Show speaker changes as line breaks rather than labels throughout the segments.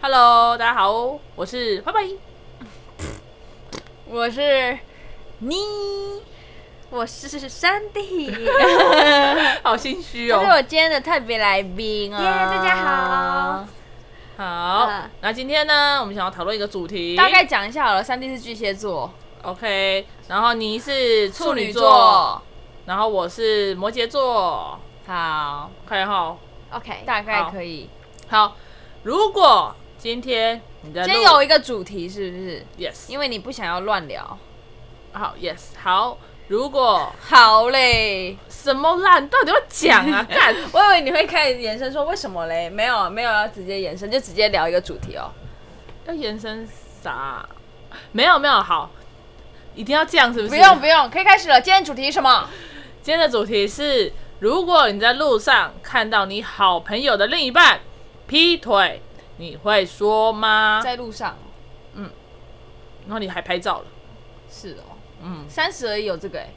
Hello，大家好，我是拜拜。
我是你，我是山 地，
好心虚
这是
哦。
我今天的特别来宾哦。
耶大家好，
好
嗯，
那今天呢，我们想要讨论一个主题，
大概讲一下好了。三弟是巨蟹座，
OK。然后你是处女座，然后我是摩羯座。
好，
OK，好，
OK，
大
好
概可以。
好。如果今天你在
今
录
天有一个主题是不是？
yes，
因为你不想要乱聊。
好 yes 好。如果
好嘞，
什么烂到底要讲 啊？干，
我以为你会开始延伸说为什么嘞？没有，没有要直接延伸，就直接聊一个主题哦。
要延伸啥？没有没有，好，一定要这样是不是？
不用不用，可以开始了。今天主题是什么？
今天的主题是：如果你在路上看到你好朋友的另一半劈腿，你会说吗？
在路上
然后你还拍照了，
是哦，
嗯，
三十而已有这个哎、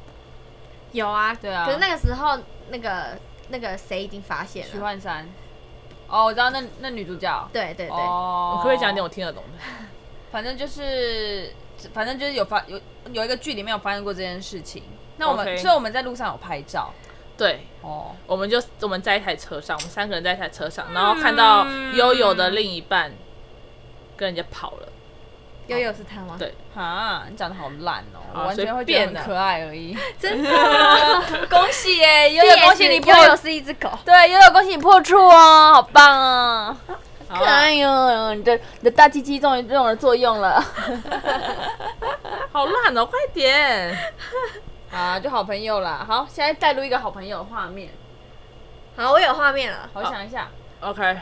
有啊，
对啊
可是那个时候，那个那个谁已经发现
徐
了，
焕山。哦，我知道那那女主角。
对对对，
哦
我可不可以讲一点我听得懂的？
反正就是，反正就是有发有有一个剧里面有发生过这件事情。那我们
OK
所以我们在路上有拍照
对，
哦，
我们就我们在一台车上，我们三个人在一台车
嗯
上，然后看到悠悠的另一半跟人家跑了，
悠悠是他吗？
对
哈，你长得好烂哦，
好
我完全会觉得
随便
很
啊
可爱 而已。
真的。
恭喜耶， 悠
PS，
悠，恭喜你破
悠，悠是一只狗，
对，悠悠，恭喜你破处哦，好棒哦，
好
可
啊
爱哟，你的你的大鸡鸡终于用了作用了
好烂哦，快点！
啊，就 好朋友啦。好，现在带入一个好朋友的画面，
好，我有画面了，
我想一下，
OK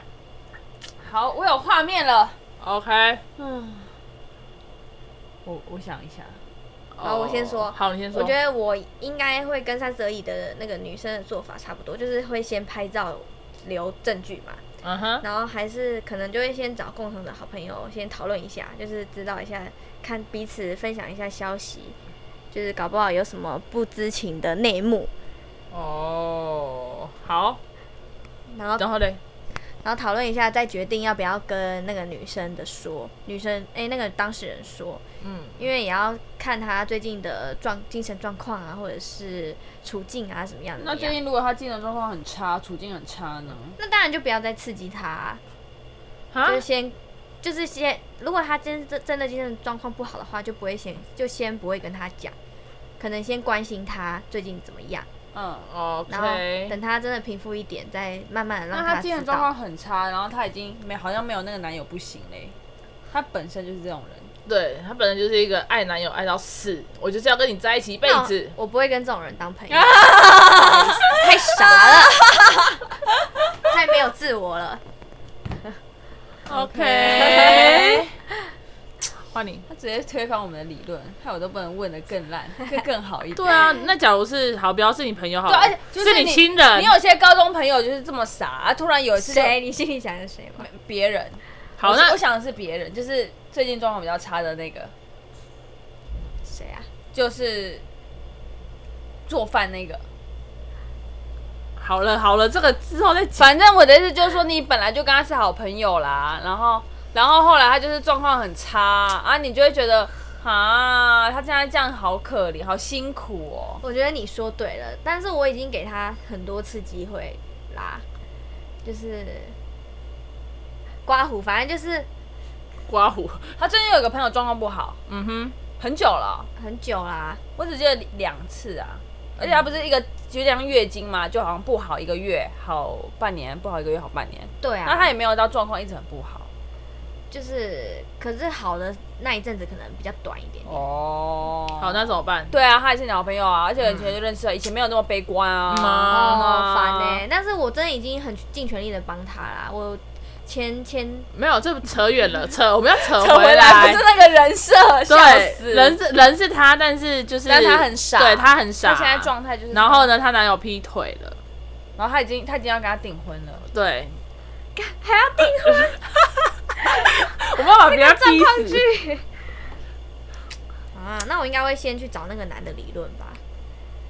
好，我有画面了，
OK，
嗯，我我想一下。
好我先说
哦好，你先说。
我觉得我应该会跟三十而已的那个女生的做法差不多，就是会先拍照留证据嘛，
嗯哼，
然后还是可能就会先找共同的好朋友先讨论一下，就是知道一下，看彼此分享一下消息，就是搞不好有什么不知情的内幕，
哦，好，
然后
然后嘞，
然后讨论一下，再决定要不要跟那个女生的说，女生哎、那个当事人说，
嗯，
因为也要看她最近的状精神状况啊，或者是处境啊什么样的。
那最近如果他精神状况很差，处境很差呢？
那当然就不要再刺激她啊、
啊
就是先就是先，如果她真真真的精神状况不好的话，就不会先就先不会跟她讲，可能先关心她最近怎么样，
嗯，
然后
OK，
等她真的平复一点，再慢慢的哦让
那
她
他精
知
神状
道
况。很差，然后他已经没好像没有那个男友不行嘞，他本身就是这种人。
对他本来就是一个爱男友爱到死，我就是要跟你在一起一辈
那我
子。
我不会跟这种人当朋友， 太傻 了，太没有自我了。
OK，换你。
他直接推翻我们的理论，害我都不能问的更烂，更更好一点。
对啊，那假如是好，不要是你朋友好
对，
了，
而且就是
你亲人
你，有些高中朋友就是这么傻，啊突然有一次就
谁？你心里想的谁吗？
别人，
好
我是
那
我想的是别人，就是最近状况比较差的那个，
谁啊？
就是做饭那个。
好了好了，这个之后再讲。
反正我的意思就是说，你本来就跟他是好朋友啦，然后，然后后来他就是状况很差啊，你就会觉得啊，他现在这样好可怜，好辛苦哦。
我觉得你说对了，但是我已经给他很多次机会啦，就是刮胡，反正就是
刮胡，
他最近有个朋友状况不好，
嗯哼，
很久了，
很久啦。
我只记得两次啊，而且他不是一个有点像月经嘛，就好像不好一个月，好半年，不好一个月，好半年。
对
那他
啊，
也没有到状况一直很不好
就是可是好的那一阵子可能比较短一点点。
哦。
好，那怎么办？
对啊，他也是你好朋友啊，而且以前就认识了，以前没有那么悲观啊。
嗯啊
哦，烦呢、
欸
但是我真的已经很尽全力的帮他啦，我前前
没有，这扯远了，扯我们要扯
嗯 扯回来，
来
不是。那个人设，笑
对，
死。
人是人是他，但是就是，
但他很傻
对他很傻。
他现在状态就是，
然后？呢，她男友劈腿了，
然后他已经他已经要跟他订婚了，
对，
还要订
我们要把别人逼死。
啊，那我应该会先去找那个男的理论吧。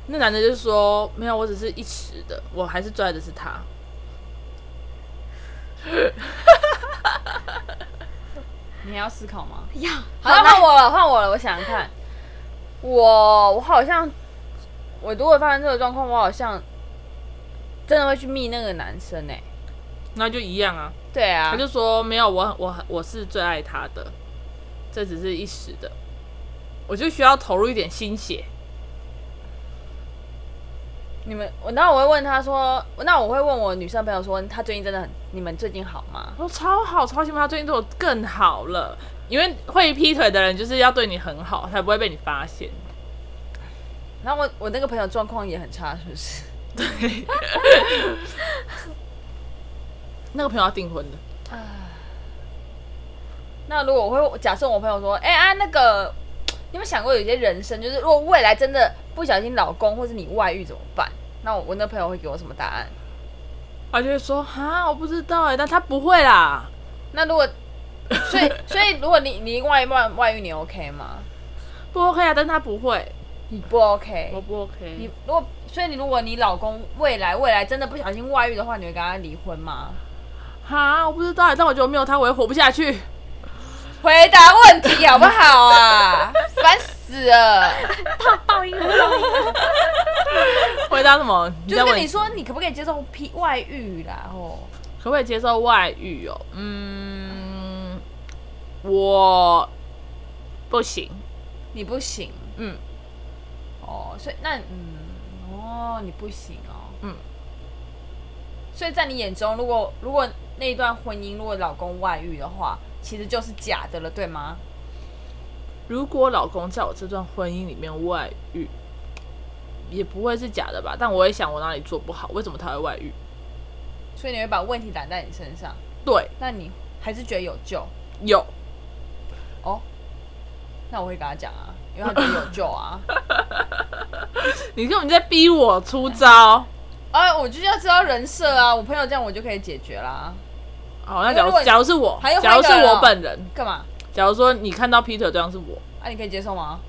那男的就说：“没有，我只是一时的，我还是最爱的是他。”
你还要思考吗？
要
好了，
来
换我了，换我了，我想想看，我我好像，我如果发生这个状况，我好像真的会去密那个男生哎、
那就一样啊。
对啊
他，就说没有，我我我是最爱他的，这只是一时的，我就需要投入一点心血。
你们我那我会问他说，那我会问我女生朋友说，他最近真的很，你们最近好吗？
我说超好，超喜欢他最近对我更好了，因为会劈腿的人就是要对你很好，才不会被你发现。
然后我我那个朋友状况也很差，是不是？
那个朋友要订婚的，
那如果我会假设我朋友说，哎、啊那个，你有没有想过有些人生就是如果未来真的不小心老公或是你外遇怎么办？那我我那朋友会给我什么答案？
他就会说哈，我不知道哎、但他不会啦。
那如果，所以 所以如果你你另外一半外遇，你 OK 吗？
不 OK 啊，但他不会，
你不 OK，
我不
你
OK，
如果所以你如果你老公未来未来真的不小心外遇的话，你会跟他离婚吗？
哈，我不知道欸、但我觉得没有他我也活不下 去。
回答问题好不好啊？ 烦死了！
报应了，
回答什么？
就
在
是
问
跟你说，你可不可以接受劈外遇啦？哦，
可不可以接受外遇哦？嗯，我不行。
你不行
嗯，
哦，所以那嗯哦，你不行哦，
嗯。
所以在你眼中，如果如果那一段婚姻如果老公外遇的话，其实就是假的了，对吗？
如果老公在我这段婚姻里面外遇，也不会是假的吧？但我也想我哪里做不好，为什么他会外遇？
所以你会把问题揽在你身上，
对，
那你还是觉得有救
有
哦？那我会跟他讲啊，因为他觉得有 救啊。
你根本在逼我出招。
啊，我就是要知道人设啊，我朋友这样我就可以解决啦。
好，那假如
因为如果
假如是我
还有，
假如是
还有一个人
我
哦
本人，
干嘛？
假如说你看到 Peter 这样是我，
啊，你可以接受吗？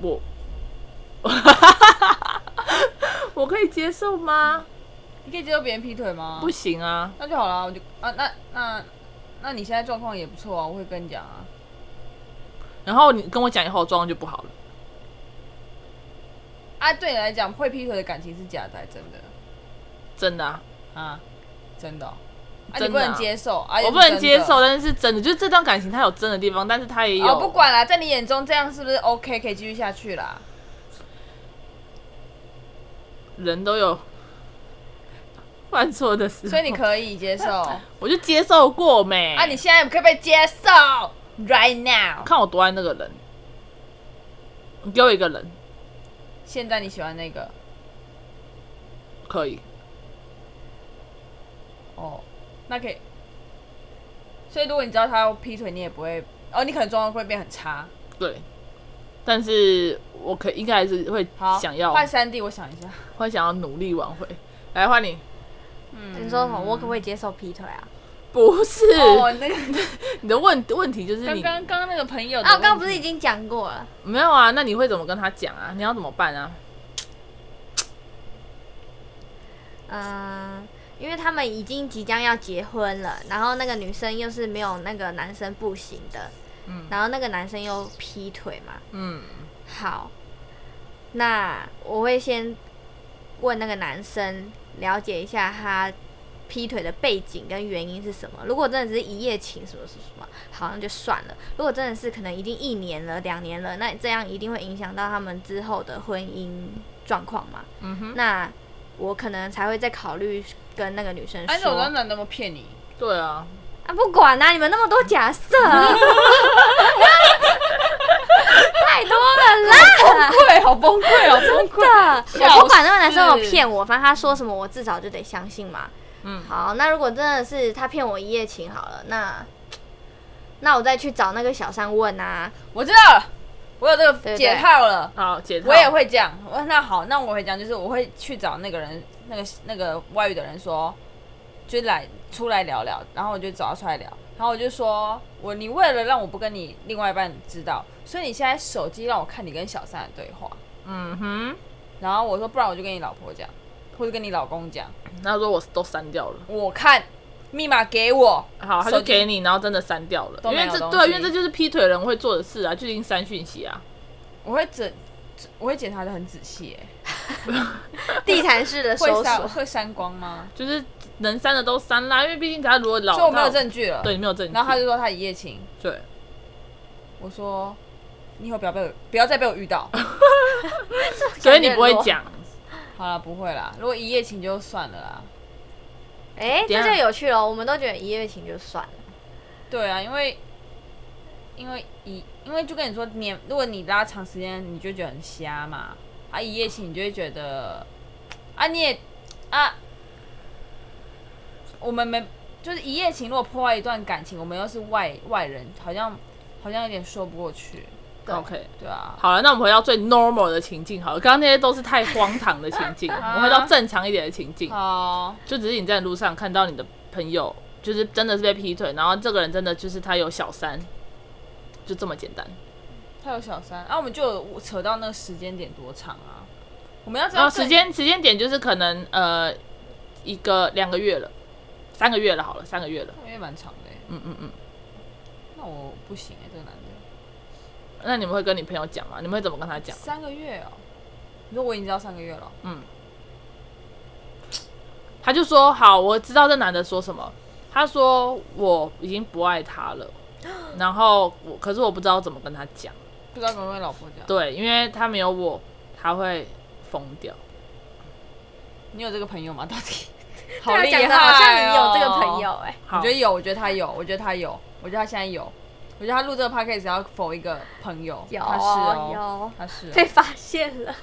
我， 我可以接受吗？
你可以接受别人劈腿吗？
不，行啊，
那就好啦，我就啊，那那那你现在状况也不错啊，我会跟你讲啊。
然后你跟我讲以后，我状况就不好了。
啊，对你来讲，会劈腿的感情是假的还是真的
真的啊，
啊？真的哦、啊，
真的啊
你不能接受啊，
我不能接受，
的。
但是是真的，就是这段感情它有真的地方，但是它也有、
哦，不管啦，在你眼中这样是不是 OK？可以继续下去啦。
人都有犯错的时候，
所以你可以接受 啊，
我就接受过没？
你现在可不可以接受？Right now，
看我多爱那个人，你给我一个人
现在你喜欢那个
可以，
哦，那可以。所以如果你知道他要劈腿，你也不会哦，你可能状况会变很差。
对，但是我可应该还是会
好，
想要，
换三 D，我想一下。
会想要努力挽回。来换你，
你说什么？我可不可以接受劈腿啊？
不是、
哦，那个
你的问问题就是
刚
你
刚刚刚那个朋友的
啊，我刚刚
问
不是已经讲过了？
没有啊？那你会怎么跟他讲啊？你要怎么办啊？
嗯，因为他们已经即将要结婚了，然后那个女生又是没有那个男生不行的，
嗯
然后那个男生又劈腿嘛。
嗯，
好，那我会先问那个男生了解一下他劈腿的背景跟原因是什么。如果真的只是一夜情什么什么什么，好像就算了。如果真的是可能已经一年了、两年了，那这样一定会影响到他们之后的婚姻状况嘛？
嗯哼，
那我可能才会再考虑跟那个女生
哎，那我
说
当。男的有骗你？
对啊，
啊，不管啦、你们那么多假设， 太多了啦。
对，好崩溃，哦好崩溃。
真的，
笑
我不管那个男生有
死
骗我，反正他说什么我至少就得相信嘛。
嗯
好，那如果真的是他骗我一夜情好了，那那我再去找那个小三问 啊。
我知道了，我有这个
对
解
对
套了。
好，解套
我也会讲，我那好，那我会讲，就是我会去找那个人，那个那个外遇的人说，就来出来聊聊，然后我就找他出来聊，然后我就说，我你为了让我不跟你另外一半知道，所以你现在手机让我看你跟小三的对话，
嗯哼，
然后我说不然我就跟你老婆讲，或者跟你老公讲，
那如果我都删掉了，
我看密码给我，
好，他
手
就
机
给你，然后真的删掉了，
都
因
没有
为这
东西
对，因为这就是劈腿人会做的事啊，就已经删讯息啊。
我会整，我会检查的很仔细、欸，
地毯式的
会
搜
删
索，
会删光吗？
就是能删的都删啦，因为毕竟他如果老
所以我没有
到
证据了。
对，你没有证据，
然后他就说他一夜情，
对，
我说你以后不要被我不要再被我遇 到。
所以你不会讲，
好了，不会啦，如果一夜情就算了啦。
哎、
等一
这
下
就有趣了。我们都觉得一夜情就算了，
对啊，因为因为一因为就跟你说年，如果你拉长时间，你就觉得很瞎嘛。啊，一夜情你就会觉得啊，你也啊，我们没就是一夜情，如果破坏一段感情，我们又是外外人，好像好像有点说不过去。
对
OK，
对啊，
好了，那我们回到最 normal 的情境好了，刚刚那些都是太荒唐的情 境，
啊
我们回到正常一点的情境，
好，
就只是你在路上看到你的朋友，就是真的是被劈腿，然后这个人真的就是他有小三，就这么简单。
他有小三，啊，我们就有扯到那个时间点多长啊？我们要知
然
道
后
这
哦时间时间点就是可能呃一个两个月了，三个月了好了，三个月了，
因为蛮长的欸、
嗯嗯嗯。
那我不行哎、这个男的。
那你们会跟你朋友讲吗？你们会怎么跟他讲？嗯
三个月哦，你说我已经知道三个月了，
他就说好，我知道这男的说什么。他说我已经不爱他了，然后我可是我不知道怎么跟他讲。啊
不知道怎么跟老婆讲。
对，因为他没有我，他会疯掉。
你有这个朋友吗？到 底？好
对啊
厉哦害、
讲的好像你有这个朋友。哎、
我
好
觉，得有，我觉得他有，我觉得他有，我觉得他现在有，我觉得他录这个 podcast 要否一个朋友，
有
他是哦，
有
他是、
被
哦。
发现了，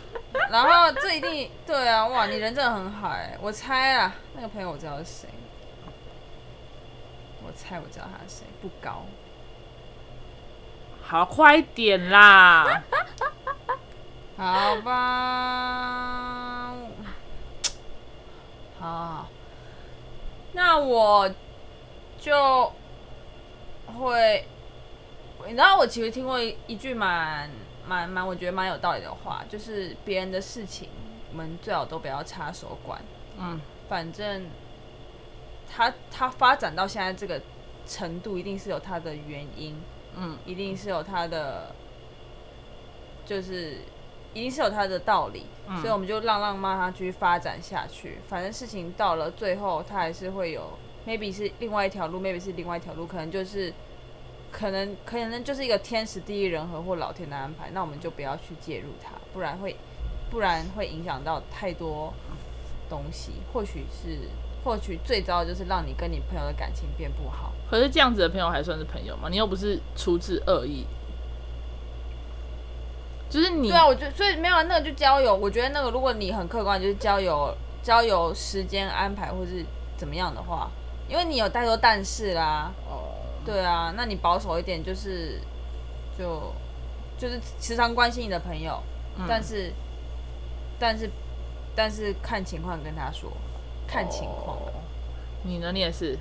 然后这一定对啊，哇，你人真的很好哎、我猜啊，那个朋友我知道是谁，我猜我知道他是谁，不高，
好，快点 啦！
好吧，好，那我就会，你知道我其实听过一一句蛮蛮蛮，我觉得蛮有道理的话，就是别人的事情，我们最好都不要插手管，
嗯，
反正他他发展到现在这个程度，一定是有他的原因，
嗯，
一定是有他的，就是一定是有他的道理，所以我们就让让妈他继续发展下去。反正事情到了最后，他还是会有，maybe 是另外一条路，maybe 是另外一条路，可能就是。可能可能就是一个天时地利人和或老天的安排，那我们就不要去介入它，不然会不然会影响到太多东西。或许是或许最糟的就是让你跟你朋友的感情变不好。
可是这样子的朋友还算是朋友吗？你又不是出自恶意，就是你
对
嗯
啊，我觉得所以没有啊那个就交友，我觉得那个如果你很客观，就是交友交友时间安排或是怎么样的话，因为你有太多但是啦，
哦
对啊，那你保守一点就是就就是时常关心你的朋友，
嗯
但是但是但是看情
哦
况跟他说，看情况。
哦你呢？你也是，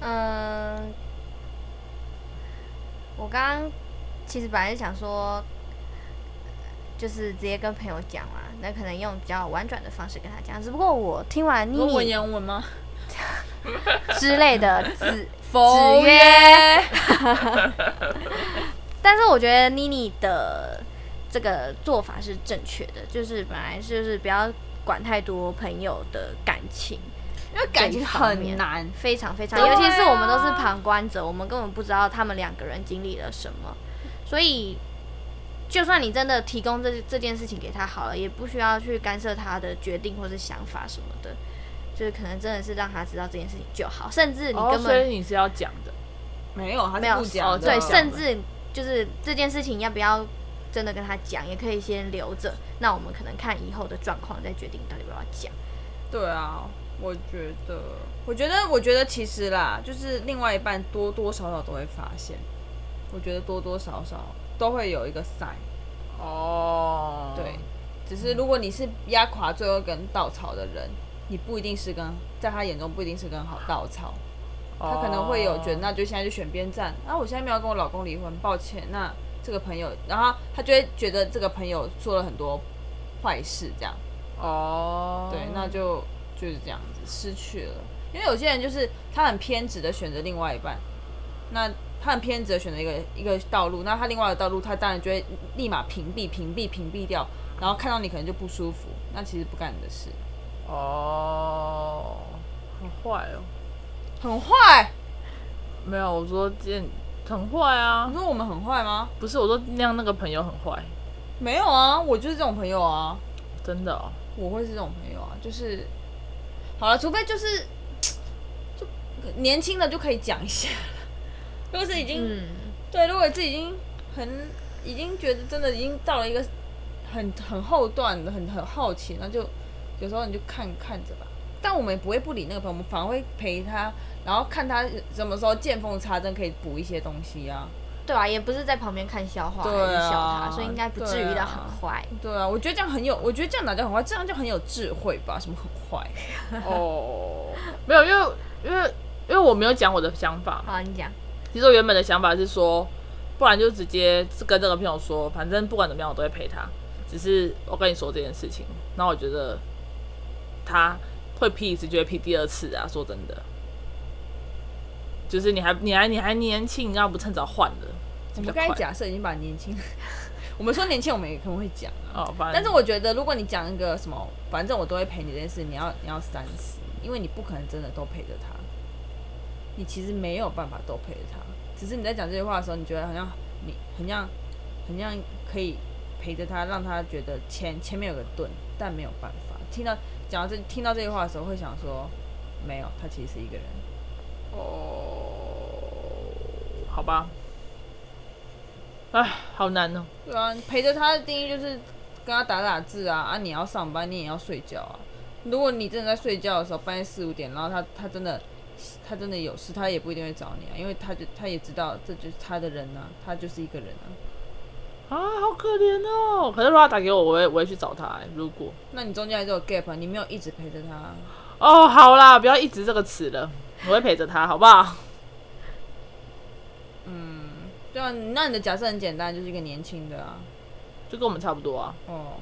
嗯，我刚刚其实本来是想说，就是直接跟朋友讲嘛，那可能用比较婉转的方式跟他讲。只不过我听完妮
你文
妮
言文吗？
之类的字，
否
约
约。
但是我觉得妮妮的这个做法是正确的，就是本来就是不要管太多朋友的感情，
因为感情很难，
非常非常，
对啊
尤其是我们都是旁观者，我们根本不知道他们两个人经历了什么，所以就算你真的提供这这件事情给他好了，也不需要去干涉他的决定或是想法什么的，就是可能真的是让他知道这件事情就好，甚至你
哦，
根
所以
本
你是要讲的，
没有，他是
没有哦
不讲的，
对，
这
啊
样
甚至就是这件事情要不要真的跟他讲，也可以先留着，那我们可能看以后的状况再决定到底要不要讲。
对啊，我觉得，我觉得，我觉得其实啦，就是另外一半多多少少都会发现，我觉得多多少少都会有一个 sign，
哦，
对，只是如果你是压垮最后一根稻草的人，你不一定是根，在他眼中不一定是根好稻草，他可能会有觉得，那就现在就选边站，啊，我现在没有跟我老公离婚，抱歉，那这个朋友，然后他就会觉得这个朋友做了很多坏事，这样。
哦，
对，那就就是这样子失去了。因为有些人就是他很偏执的选择另外一半，那他很偏执的选择一个一个道路，那他另外的道路他当然就会立马屏蔽、屏蔽、屏蔽掉，然后看到你可能就不舒服，那其实不干你的事，
哦，很坏哦。
很坏。
没有，我说见很坏啊
你，说我们很坏吗？
不是我说那样那个朋友很坏，
没有啊，我就是这种朋友啊。
真的哦。
我会是这种朋友啊，就是好了，除非就是就年轻的就可以讲一下了。 如果是已经、
嗯，
对，如果自己已经很已经觉得真的已经到了一个很很后段的很很好奇，那就有时候你就看看着吧。但我们也不会不理那个朋友，我们反而会陪他，然后看他什么时候见缝插针可以补一些东西啊。
对啊，也不是在旁边看笑话还
对
是
啊
笑他，所以应该不至于
对
到
啊
很坏。
对啊，我觉得这样很有，我觉得这样哪叫很坏，这样就很有智慧吧？什么很坏？
哦，没有，因为因为因为我没有讲我的想法嘛。
好，你讲，
其实我原本的想法是说，不然就直接跟这个朋友说，反正不管怎么样我都会陪他，只是我跟你说这件事情，那我觉得他会劈一次就会劈第二次啊，说真的，就是你还你还你还年轻，你要不趁早换了。
我
比
们
较
刚才
快
假设已经把年轻， 我们说年轻，我们也可能会讲啊。
哦，反正
但是我觉得，如果你讲一个什么，反正我都会陪你这件事，你要你要三思，因为你不可能真的都陪着他，你其实没有办法都陪着他。只是你在讲这句话的时候，你觉得好像你很像很像可以陪着他，让他觉得前前面有个盾，但没有办法。听到讲到这听到这句话的时候，会想说，没有，他其实是一个人。
哦，好吧，哎，好难哦。
对啊，陪着他的定义就是跟他打打字啊啊！你要上班，你也要睡觉啊。如果你真的在睡觉的时候，半夜四五点，然后他他真的他真的有事，他也不一定会找你啊，因为他就他也知道这就是他的人啊，他就是一个人啊。
啊，好可怜哦！可是如果他打给我，我会我会去找他、哎如果
那你中间还是有 gap，啊你没有一直陪着他啊。
哦，好啦，不要一直这个词了，我会陪着他，好不好？
对啊，那你的假设很简单，就是一个年轻的啊。
就跟我们差不多啊。
哦，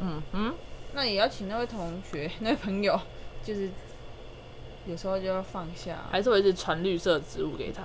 嗯嗯，
那也要请那位同学、 那位朋友，就是有时候就要放下啊。
还是我一直传绿色植物给他。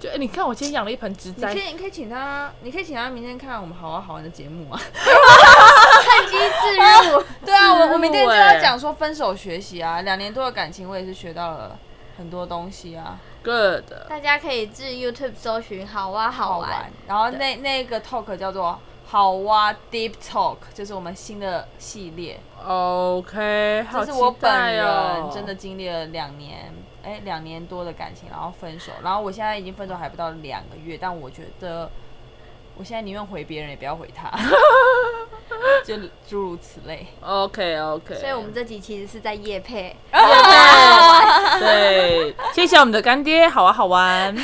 就哎、你看我今天养了一盆植
你可
栽，
以，你可以请他，你可以请他明天看我们好玩好玩的节目啊。
趁机置入，
对啊，
是
我我明天就
欸
要讲说分手学习啊，两年多的感情，我也是学到了很多东西啊，
good，
大家可以至 YouTube 搜寻好哇好
好
玩
玩。。然后那那个 talk 叫做好哇 Deep Talk，就是我们新的系列，
OK，好期
这是我本
待
人
哦，
真的经历了两年，哎，两年多的感情，然后分手，然后我现在已经分手还不到两个月，但我觉得我现在宁愿回别人，也不要回 他，就诸如此类。
OK OK，
所以我们这集其实是在夜配，
对，谢谢我们的干爹，好玩啊好 玩，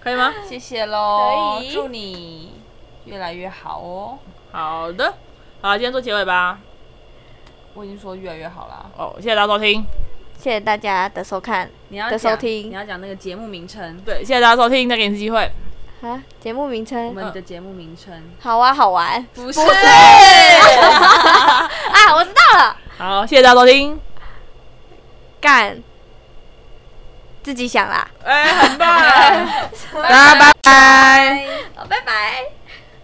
可以吗？
谢谢喽
可，以
祝你越来越好哦。
好的，好，今天做结尾吧。
我已经说越来越好啦。
哦，谢谢大家收听，
谢谢大家的收看
你要
的
讲
收听
你要讲那个节目名称，
对，谢谢大家收听，再给你一次机会。
啊！节目名
我
称
们的节目名称
好哇好玩
不是
啊！我知道了，
好，谢谢大家收听，
干，自己想啦，
哎、很棒，大
拜
家拜拜。
拜拜。